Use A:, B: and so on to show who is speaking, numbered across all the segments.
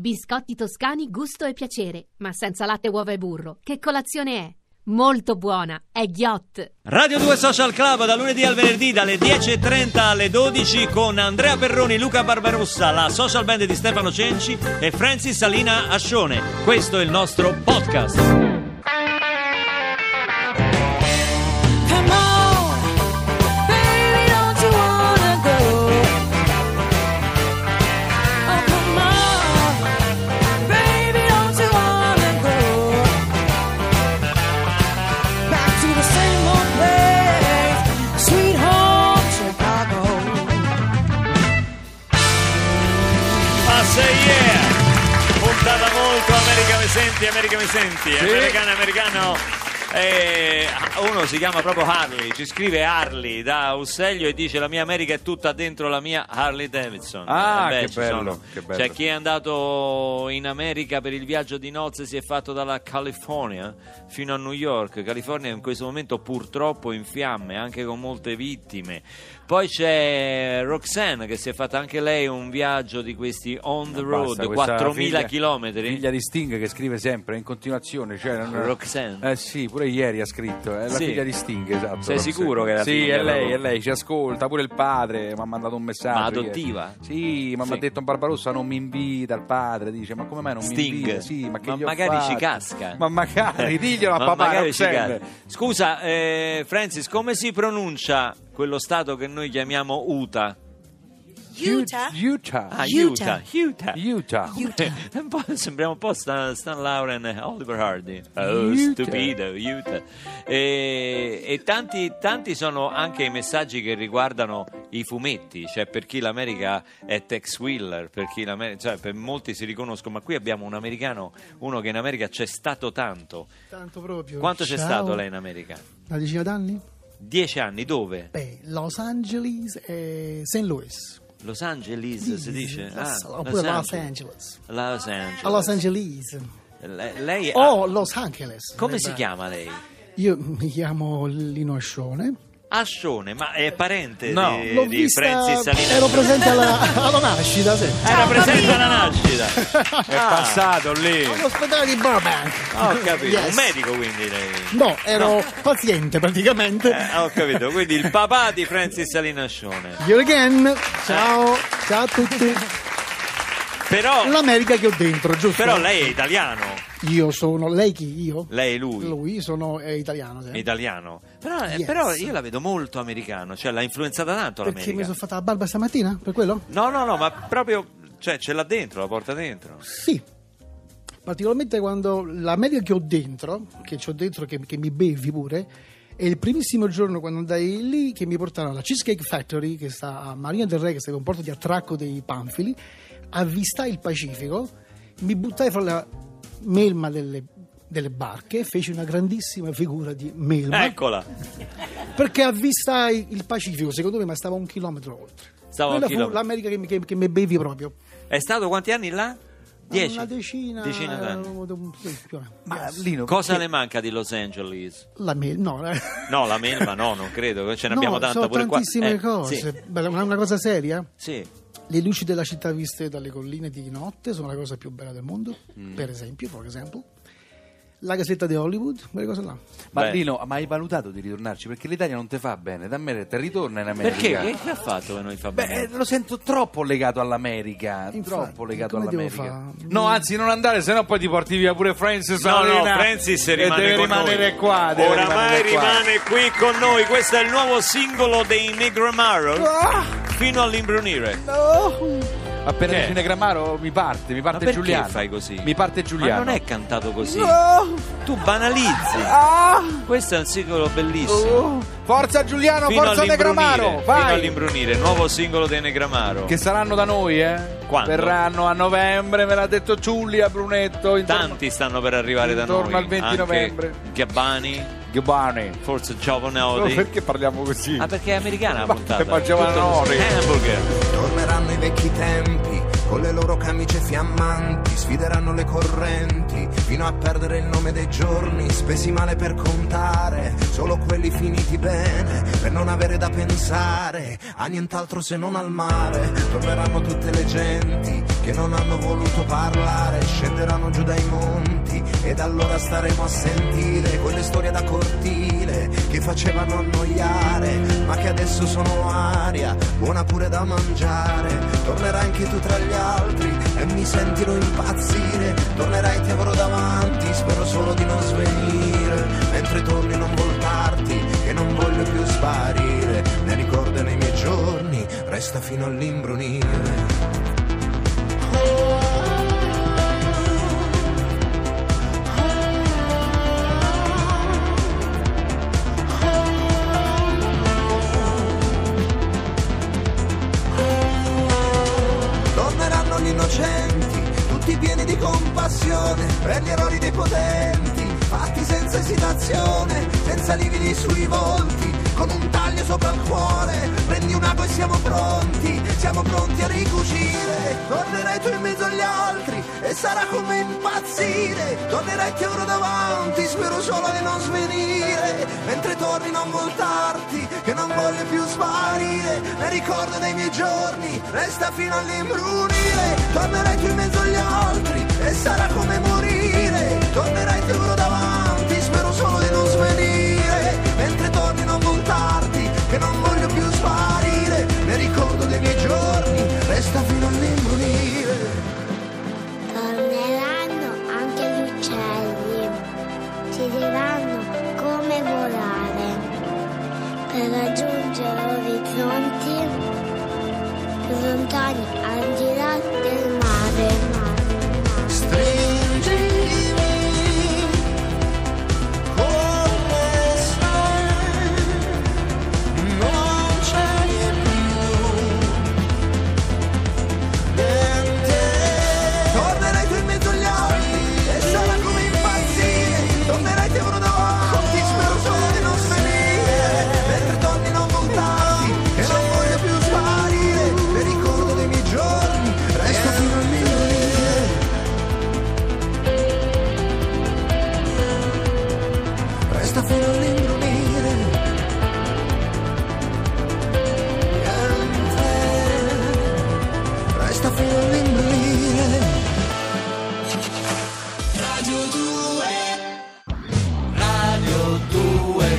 A: Biscotti toscani gusto e piacere, ma senza latte, uova e burro. Che colazione è? Molto buona, è Ghiot.
B: Radio 2 Social Club da lunedì al venerdì dalle 10.30 alle 12 con Andrea Perroni, Luca Barbarossa, la social band di Stefano Cenci e Francis Salina Ascione. Questo è il nostro podcast.
C: Come on, baby, don't you wanna go? Oh, come on, baby, don't you wanna go? Back to the same old place, sweet home Chicago.
B: Ah, say yeah! Puntata molto America mi senti, America mi senti, americano, americano. Eh, uno si chiama proprio Harley, ci scrive Harley da Usseglio e dice la mia America è tutta dentro la mia Harley Davidson.
D: Ah,
B: Eh beh,
D: che
B: ci
D: bello,
B: sono.
D: che bello.
B: C'è chi è andato in America per il viaggio di nozze, si è fatto dalla California fino a New York. California in questo momento purtroppo in fiamme, anche con molte vittime. Poi c'è Roxanne che si è fatta anche lei un viaggio di questi on the road,
D: Basta, questa
B: 4000
D: figlia-
B: chilometri.
D: Figlia di Sting che scrive sempre in continuazione. Cioè, non-
B: Roxanne.
D: Eh sì, pure ieri ha scritto. È la
B: Sì.
D: figlia di Sting, esatto.
B: Sei
D: Roxanne.
B: sicuro che è la
D: sì,
B: figlia,
D: è lei,
B: proprio?
D: è lei. Ci ascolta. Pure il padre mi ha mandato un messaggio.
B: Ma
D: ieri.
B: adottiva?
D: Sì, ma mi ha
B: Sì.
D: detto Barbarossa non mi invita. Il padre dice, ma come mai non
B: Sting.
D: mi invita? Sì, ma che
B: Ma
D: gli ho
B: magari ci
D: fatto?
B: casca.
D: Ma magari, diglielo a
B: Eh, Ma
D: papà
B: magari ci
D: Roxanne.
B: cade. Scusa, eh, Francis, come si pronuncia quello stato che noi chiamiamo Utah?
C: Utah.
D: Utah.
B: Ah,
C: Utah.
B: Utah.
D: Utah.
B: Un po', sembriamo un po' Stan, Stan Lauren e Oliver Hardy. Oh,
D: Utah.
B: stupido, Utah. E, e tanti, tanti sono anche i messaggi che riguardano i fumetti, cioè per chi l'America è Tex Wheeler, per chi l'America, cioè per molti si riconoscono, ma qui abbiamo un americano, uno che in America c'è stato tanto.
E: Tanto proprio.
B: Quanto c'è
E: Ciao.
B: stato lei in America?
E: Una decina d'anni?
B: Dieci anni, dove?
E: Beh, Los Angeles e St. Louis.
B: Los Angeles si dice?
E: Los-
B: Ah,
E: oppure Los Angeles.
B: Los Angeles.
E: A Los Angeles.
B: Le- lei ha-
E: O Los Angeles.
B: Ah. Come
E: Eh,
B: si
E: beh.
B: chiama lei?
E: Io mi chiamo Lino Ascione.
B: Ascione, Ah, ma è parente
D: No.
B: di,
E: L'ho
B: Eh, di
E: vista,
B: Francis Salina.
E: ero presente alla, alla nascita, sì.
B: Era presente alla nascita.
D: È passato lì.
E: All'ospedale di Burbank.
B: Ah, ho capito,
E: Yes.
B: un medico quindi lei.
E: No, ero paziente praticamente.
B: Ah, ho capito, quindi il papà di Francis Salina Ascione.
E: You again. Ciao. Ciao a tutti.
B: Però,
E: L'America che ho dentro, giusto?
B: Oh. però lei è italiano,
E: Io sono... Lei chi? Io?
B: lei è lui.
E: Lui sono è italiano, sì.
B: È italiano. Però, eh,
E: Yes.
B: però io la vedo molto americano, cioè l'ha influenzata tanto
E: Perché mi
B: l'America.
E: sono fatta la barba stamattina? Per quello?
B: No, no, no, ma proprio cioè, ce l'ha dentro, la porta dentro.
E: Sì. Particolarmente quando l'America che ho dentro, che ho dentro, che, che mi bevi pure, è il primissimo giorno quando andai lì che mi portarono alla Cheesecake Factory, che sta a Marina del Re, che è un porto di attracco dei panfili, avvistai il Pacifico, mi buttai fra la melma delle, delle barche, feci una grandissima figura di melma,
B: Eccola.
E: perché avvistai il Pacifico, secondo me, ma stava un chilometro oltre.
B: Stava un
E: Quella fu
B: chilometro.
E: l'America che mi, che- che mi bevi proprio.
B: È stato quanti anni là? Dieci.
E: Una decina,
B: Decina d'anni.
E: eh, sì, più o meno.
D: Ma Lino,
B: Cosa le manca di Los Angeles?
E: La mel, no. eh.
B: No, la melma no, non credo, ce ne
E: No,
B: abbiamo tanta
E: sono
B: pure qua.
E: tantissime
B: Eh,
E: cose.
B: Sì,
E: Bella, una, una cosa seria?
B: sì.
E: Le luci della città viste dalle colline di notte sono la cosa più bella del mondo,
B: Mm.
E: per esempio, for example. La casetta di Hollywood, quelle cose là.
D: Ma
B: Beh.
D: Lino, ma hai valutato di ritornarci? Perché l'Italia non ti fa bene, da me te ritorna in America.
B: Perché? Che, che ha fatto che noi fa
D: Beh,
B: bene?
D: eh, lo sento troppo legato all'America,
E: Infatti,
D: troppo legato
E: come devo
D: all'America.
E: fa?
D: No, anzi, non andare, sennò poi ti porti via pure Francis
B: No, no,
D: Arena
B: Francis
D: e
B: rimane
D: eh, deve
B: con
D: rimanere
B: noi.
D: qua, deve
B: Oramai
D: rimanere qua.
B: rimane qui con noi. Questo è il nuovo singolo dei Negramaro
D: Ah!
B: fino all'imbrunire.
D: Appena
B: Che?
D: dice Negramaro mi parte, mi
B: Ma
D: parte
B: perché
D: Giuliano.
B: fai così?
D: Mi parte
B: Ma
D: Giuliano. Oh,
B: non è cantato così. Tu banalizzi.
D: Ah!
B: Questo è un singolo bellissimo.
D: Forza Giuliano,
B: Fino
D: Oh, forza Negramaro,
B: all'imbrunire, fino
D: vai!
B: all'imbrunire, nuovo singolo dei Negramaro.
D: Che saranno da noi, eh?
B: Quando?
D: Verranno a novembre, ve l'ha detto Giulia Brunetto. intorno-
B: Tanti stanno per arrivare da noi.
D: Intorno al 20
B: anche
D: novembre.
B: Gabbani,
D: Gabbani.
B: forse
D: No,
B: Giovanotti.
D: perché parliamo così?
B: Ah, perché è americana la
D: Ma-
B: puntata.
D: ma Giovanni.
B: Tutto- Hamburger.
F: Torneranno i vecchi tempi Con le loro camicie fiammanti sfideranno le correnti fino a perdere il nome dei giorni spesi male per contare, solo quelli finiti bene per non avere da pensare a nient'altro se non al mare. Torneranno tutte le genti che non hanno voluto parlare, scenderanno giù dai monti ed allora staremo a sentire quelle storie da cortile che facevano annoiare, ma che adesso sono aria, buona pure da mangiare. Tornerai anche tu tra gli altri e mi sentirò impazzire, tornerai ti avrò davanti, spero solo di non svenire, mentre torni non voltarti, che non voglio più sparire, ne ricordo e nei miei giorni, resta fino all'imbrunire. torneranno gli innocenti, tutti pieni di compassione per gli errori dei potenti, fatti senza esitazione, senza lividi sui volti, con un taglio sopra il cuore, prendi un ago e siamo pronti, siamo pronti a ricucire, tornerai tu in mezzo agli altri e sarà come impazzire, tornerai ti avrò davanti, spero solo di non svenire, mentre torni non voltarti, che non voglio più sparire, e ricordo dei miei giorni, resta fino all'imbrunire, tornerai tu in mezzo agli altri e sarà come morire, tornerai ti avrò davanti, spero solo di non svenire, mentre torni non voltarti, che non voglio più sparire, ne ricordo dei miei giorni, resta fino all'imbrunire.
G: Torneranno anche gli uccelli, ci diranno come volare per raggiungere orizzonti più lontani al di là del mare.
F: Stringimi come stai, non c'è più niente. Tornerai tu in mezzo agli altri e sarà come impazzire. Tornerai te uno davanti, spero solo di non svenire. Mentre torni non contarti e non voglio più sparire. Mi ricordo dei miei giorni, resto fino al mio resta fino all'imbrunire. Niente, Resta fino all'imbrunire. Radio 2 Radio 2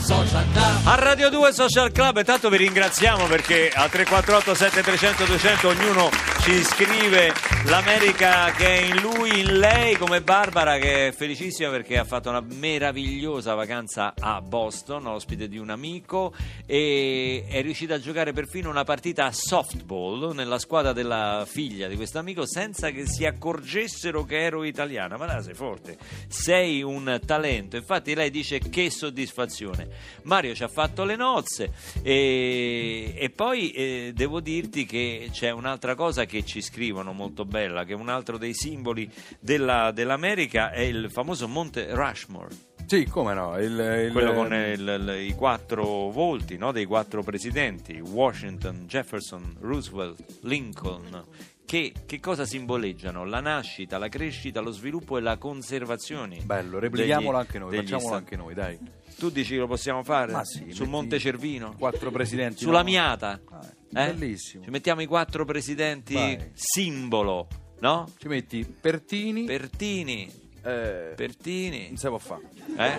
F: Social Club
B: A Radio 2 Social Club, tanto vi ringraziamo perché a 348 7300 200 ognuno ci scrive l'America che è in lui, in lei, come Barbara che è felicissima perché ha fatto una meravigliosa vacanza a Boston, ospite di un amico e è riuscita a giocare perfino una partita a softball nella squadra della figlia di questo amico senza che si accorgessero che ero italiana. Ma là sei forte, sei un talento. Infatti lei dice che soddisfazione. Mario ci ha fatto le nozze e, e poi eh, devo dirti che c'è un'altra cosa che ci scrivono molto bella, che un altro dei simboli della- dell'America è il famoso Monte Rushmore
H: Sì, come no? Il, il-
B: quello con eh, il- il- i quattro volti no, dei quattro presidenti, Washington, Jefferson, Roosevelt, Lincoln. Che, che cosa simboleggiano? La nascita, la crescita, lo sviluppo e la conservazione.
H: Bello,
B: degli-
H: replichiamolo anche noi,
B: degli
H: facciamolo
B: sta-
H: anche noi, dai.
B: Tu dici lo possiamo fare?
H: Ma sì,
B: Sul
H: metti
B: Monte Cervino?
H: Quattro presidenti.
B: Sulla
H: no?
B: Miata?
H: Ah,
B: Eh?
H: Bellissimo.
B: Ci mettiamo i quattro presidenti
H: Vai.
B: simbolo, no?
H: Ci metti Pertini,
B: Pertini,
H: eh,
B: Pertini.
H: non si può fare.
B: Eh?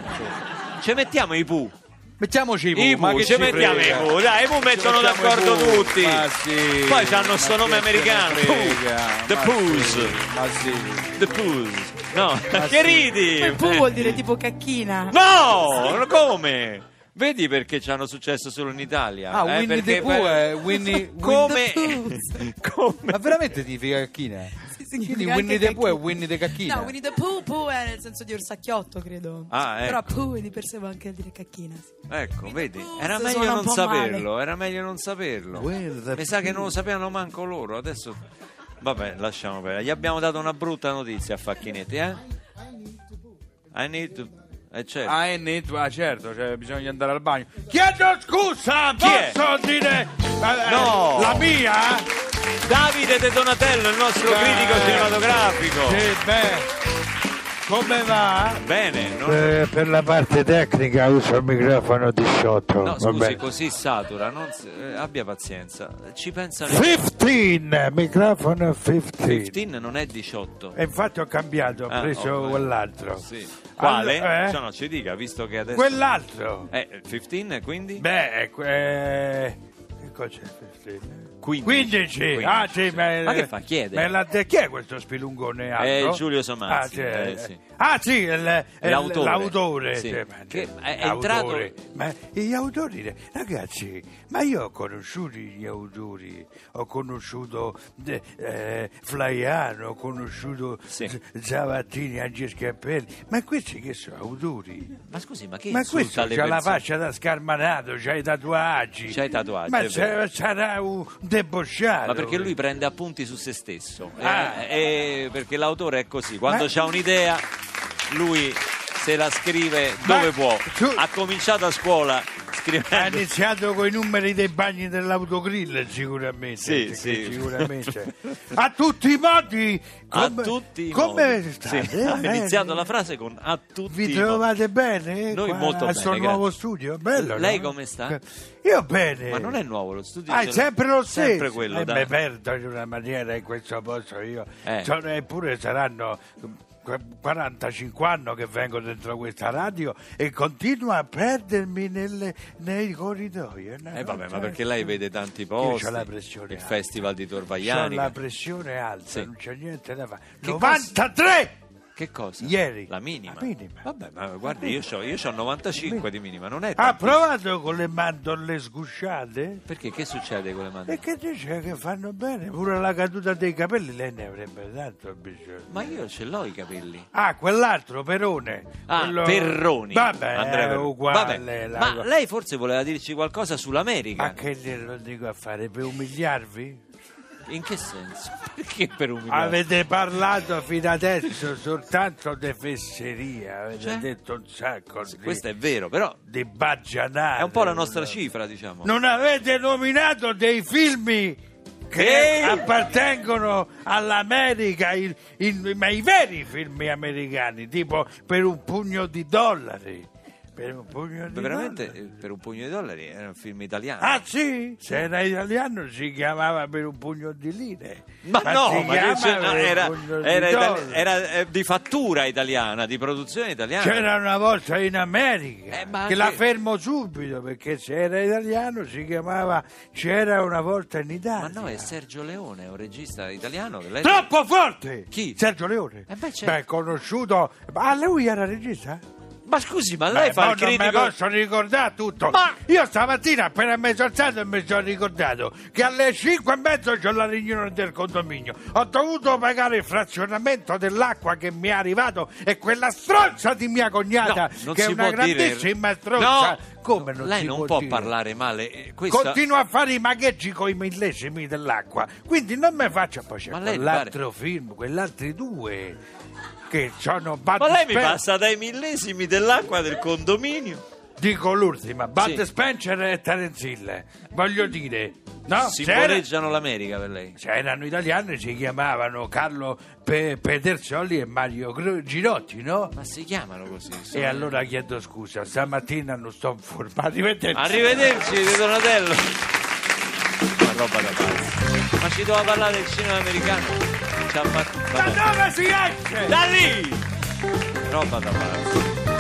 B: Ci mettiamo i Pooh.
H: Mettiamoci i Pooh,
B: I
H: ma
B: Pooh,
H: che
B: ci mettiamo i
H: frega?
B: Pooh, dai, i Pooh
H: mettiamo
B: mettono
H: i
B: d'accordo
H: Pooh,
B: tutti.
H: ma sì,
B: Poi hanno
H: ma
B: sto
H: che
B: nome
H: te ne
B: americano,
H: frega,
B: Pooh, The
H: ma
B: Poohs,
H: sì, Ma sì.
B: The Poohs. No, che ridi?
I: Poi Pooh vuol dire tipo cacchina.
B: No, come? Vedi perché ci hanno successo solo in Italia?
H: Ah,
B: eh,
H: Winnie the
B: perché-
H: Pooh è Winnie...
B: Come?
I: Winnie
B: come?
H: Ma veramente significa cacchina? Quindi
I: significa
H: Winnie
I: anche
H: the Pooh è
I: cacchina.
H: Winnie the cacchina.
I: No, Winnie the Pooh, Pooh è nel senso di orsacchiotto, credo.
B: Ah,
I: Però
B: ecco.
I: Pooh di per sé vuol anche dire cacchina. sì.
B: Ecco, vedi, era
I: Poohs
B: meglio
I: suona
B: non
I: un po' male.
B: saperlo, era meglio non saperlo.
H: Winnie the
B: Mi sa che non lo sapevano manco loro, adesso... Vabbè, lasciamo perdere. Gli abbiamo dato una brutta notizia a Facchinetti, eh? I need to... Eh, certo.
H: Ah, è netto, ah certo, cioè, bisogna andare al
D: Esatto.
H: bagno. Chiedo scusa,
B: Chi è?
H: posso dire eh, eh,
B: No.
H: la mia?
B: Davide De Donatello, il nostro
J: Dai.
B: critico cinematografico.
J: Sì, beh. Come va?
B: Bene, non-
D: Eh, per la parte tecnica uso il microfono 18.
B: no,
D: va
B: scusi,
D: bene.
B: così satura, non si- eh, abbia pazienza. Ci pensano.
D: 15, microfono 15.
B: 15 non è 18.
D: E infatti ho cambiato, ho
B: Ah,
D: preso
B: ok.
D: quell'altro.
B: Sì. Quale?
D: Allora, eh?
B: No, no, ci dica, visto che adesso.
D: Quell'altro.
B: Eh, 15 quindi?
D: Beh, eh, ecco, que- che cos'è il 15?
B: 15.
D: 15. Ah, sì, ma,
B: Ma che fa? Chiede.
D: me l'ha de- chi è questo spilungone? alto?
B: Eh, Giulio Somazzi,
D: Ah, sì,
B: eh,
D: eh,
B: sì.
D: ah, sì, il- il-
B: L'autore.
D: l'autore,
B: Sì.
D: sì, ma- cioè,
B: Che è
D: l'autore.
B: entrato-
D: Ma gli autori, ragazzi, ma io ho conosciuto gli autori. Ho conosciuto eh, eh, Flaiano, ho conosciuto
B: Sì.
D: Z- Zavattini, Angelo Schiappelli. Ma questi che sono autori?
B: Ma scusi, ma che
D: Ma questo
B: insulta
D: c'ha
B: le
D: la
B: persone?
D: faccia da scarmanato, c'ha i tatuaggi.
B: C'ha i tatuaggi,
D: Ma
B: è vero.
D: c'è- sarà un debosciato.
B: Ma perché lui prende appunti su se stesso. Eh,
D: Ah.
B: eh, perché l'autore è così. Quando
D: Ma-
B: c'ha un'idea, lui se la scrive
D: Ma-
B: dove può.
D: tu-
B: Ha cominciato a scuola
D: Ha
B: scrivendo.
D: iniziato con i numeri dei bagni dell'autogrill, sicuramente.
B: Sì,
D: perché
B: sì.
D: Sicuramente. A tutti i modi.
B: A
D: come-
B: tutti i
D: Come
B: modi.
D: state?
B: Sì, ha
D: Bene?
B: iniziato la frase con a tutti i
D: Vi
B: modi.
D: trovate bene?
B: Noi
D: qua
B: molto
D: al
B: bene,
D: suo
B: grazie.
D: nuovo studio? Bello,
B: Lei
D: no?
B: come sta?
D: Io bene.
B: Ma non è nuovo lo studio.
D: Eh. Ah,
B: ce
D: è
B: l'ha-
D: sempre lo stesso.
B: Sempre quello.
D: Eh,
B: dai.
D: mi perdo in una maniera in questo posto io.
B: Eh.
D: Sono- eppure saranno qu- 45 anni che vengo dentro questa radio e continuo a perdermi nelle- nei corridoi. eh, no?
B: Eh vabbè, ma
D: Cioè,
B: perché lei vede tanti
D: Io
B: posti?
D: ho la pressione
B: Il
D: alta.
B: festival di
D: C'ho
B: Torvaiani.
D: la pressione alta,
B: Sì.
D: non c'è niente da fare.
B: Che
D: 93!
B: Che cosa?
D: Ieri.
B: La minima.
D: La minima. Ah,
B: Vabbè, ma guardi, io ho 95 di minima, non è
D: Ha
B: tantissimo.
D: provato con le mandorle sgusciate?
B: Perché che succede con le
D: E
B: mani?
D: che dice che fanno bene? Pure la caduta dei capelli lei ne avrebbe tanto bisogno.
B: Ma io ce l'ho i capelli.
D: Ah, quell'altro, Perone.
B: Ah,
D: Quello-
B: Perroni.
D: Vabbè,
B: Andrea
D: è
B: Perroni.
D: uguale.
B: Vabbè,
D: la-
B: Ma lei forse voleva dirci qualcosa sull'America?
D: Ma che glielo dico a fare? Per umiliarvi?
B: In che senso? Perché per un
D: Avete parlato fino adesso soltanto di fesseria, avete
B: Cioè?
D: detto un sacco di,
B: Questo è vero, però
D: di baggianate.
B: è un po' la nostra
D: Non-
B: cifra, diciamo.
D: Non avete nominato dei film che
B: Ehi!
D: appartengono all'America, il- il- ma i veri film americani, tipo per un pugno di dollari. Per un pugno di
B: Veramente,
D: dollari.
B: eh, per un pugno di dollari era un film italiano.
D: Ah sì? Se era italiano si chiamava per un pugno di lire.
B: Ma, no,
D: si
B: ma
D: chiama
B: che c'è- no,
D: Per un
B: era,
D: pugno di
B: era, itali-
D: dollari.
B: era, eh, di fattura italiana, di produzione italiana.
D: C'era una volta in America
B: Eh, ma
D: che la
B: anche-
D: fermo subito perché se era italiano si chiamava C'era una volta in
B: Ma
D: Italia.
B: no, è Sergio Leone, un regista italiano che lei...
D: Troppo forte!
B: Chi?
D: Sergio Leone.
B: Eh beh, c'è-
D: Beh, conosciuto. Ma lui era regista?
B: Ma scusi, ma lei
D: Beh,
B: fa
D: mo
B: il
D: Non
B: critico...
D: mi posso ricordare tutto.
B: Ma-
D: Io stamattina appena mi sono alzato e mi sono ricordato che alle 5 e mezzo c'ho la riunione del condominio. Ho dovuto pagare il frazionamento dell'acqua che mi è arrivato e quella stronza di mia cognata
B: No, non
D: che è
B: si
D: una
B: può dire-
D: grandissima stronza.
B: No,
D: Come non
B: lei
D: si
B: non
D: può,
B: può
D: dire?
B: parlare male. eh, Questa...
D: Continua a fare i magheggi con i millesimi dell'acqua, quindi non mi faccia poi c'è
B: Ma lei mi
D: quell'altro film, quell'altri due che sono Bud
B: Ma lei mi
D: Spen-
B: passa dai millesimi dell'acqua del condominio.
D: Dico l'ultima, Bud
B: Sì.
D: Spencer e Terence Hill. Voglio dire, no?
B: si
D: Ah, c'era-
B: Simboleggiano l'America per lei.
D: c'erano italiani, si chiamavano Carlo Pe- Pedersoli e Mario Gro- Girotti, no?
B: Ma si chiamano così.
D: E
B: insomma.
D: allora chiedo scusa, stamattina non sto in forma. Arrivederci.
B: Arrivederci, De Donatello. Ma roba da pazzi. Ma ci doveva parlare del cinema americano. Ci ha fatto...
D: Da
B: vabbè.
D: dove si esce?
B: Da lì! Roba da pazzi.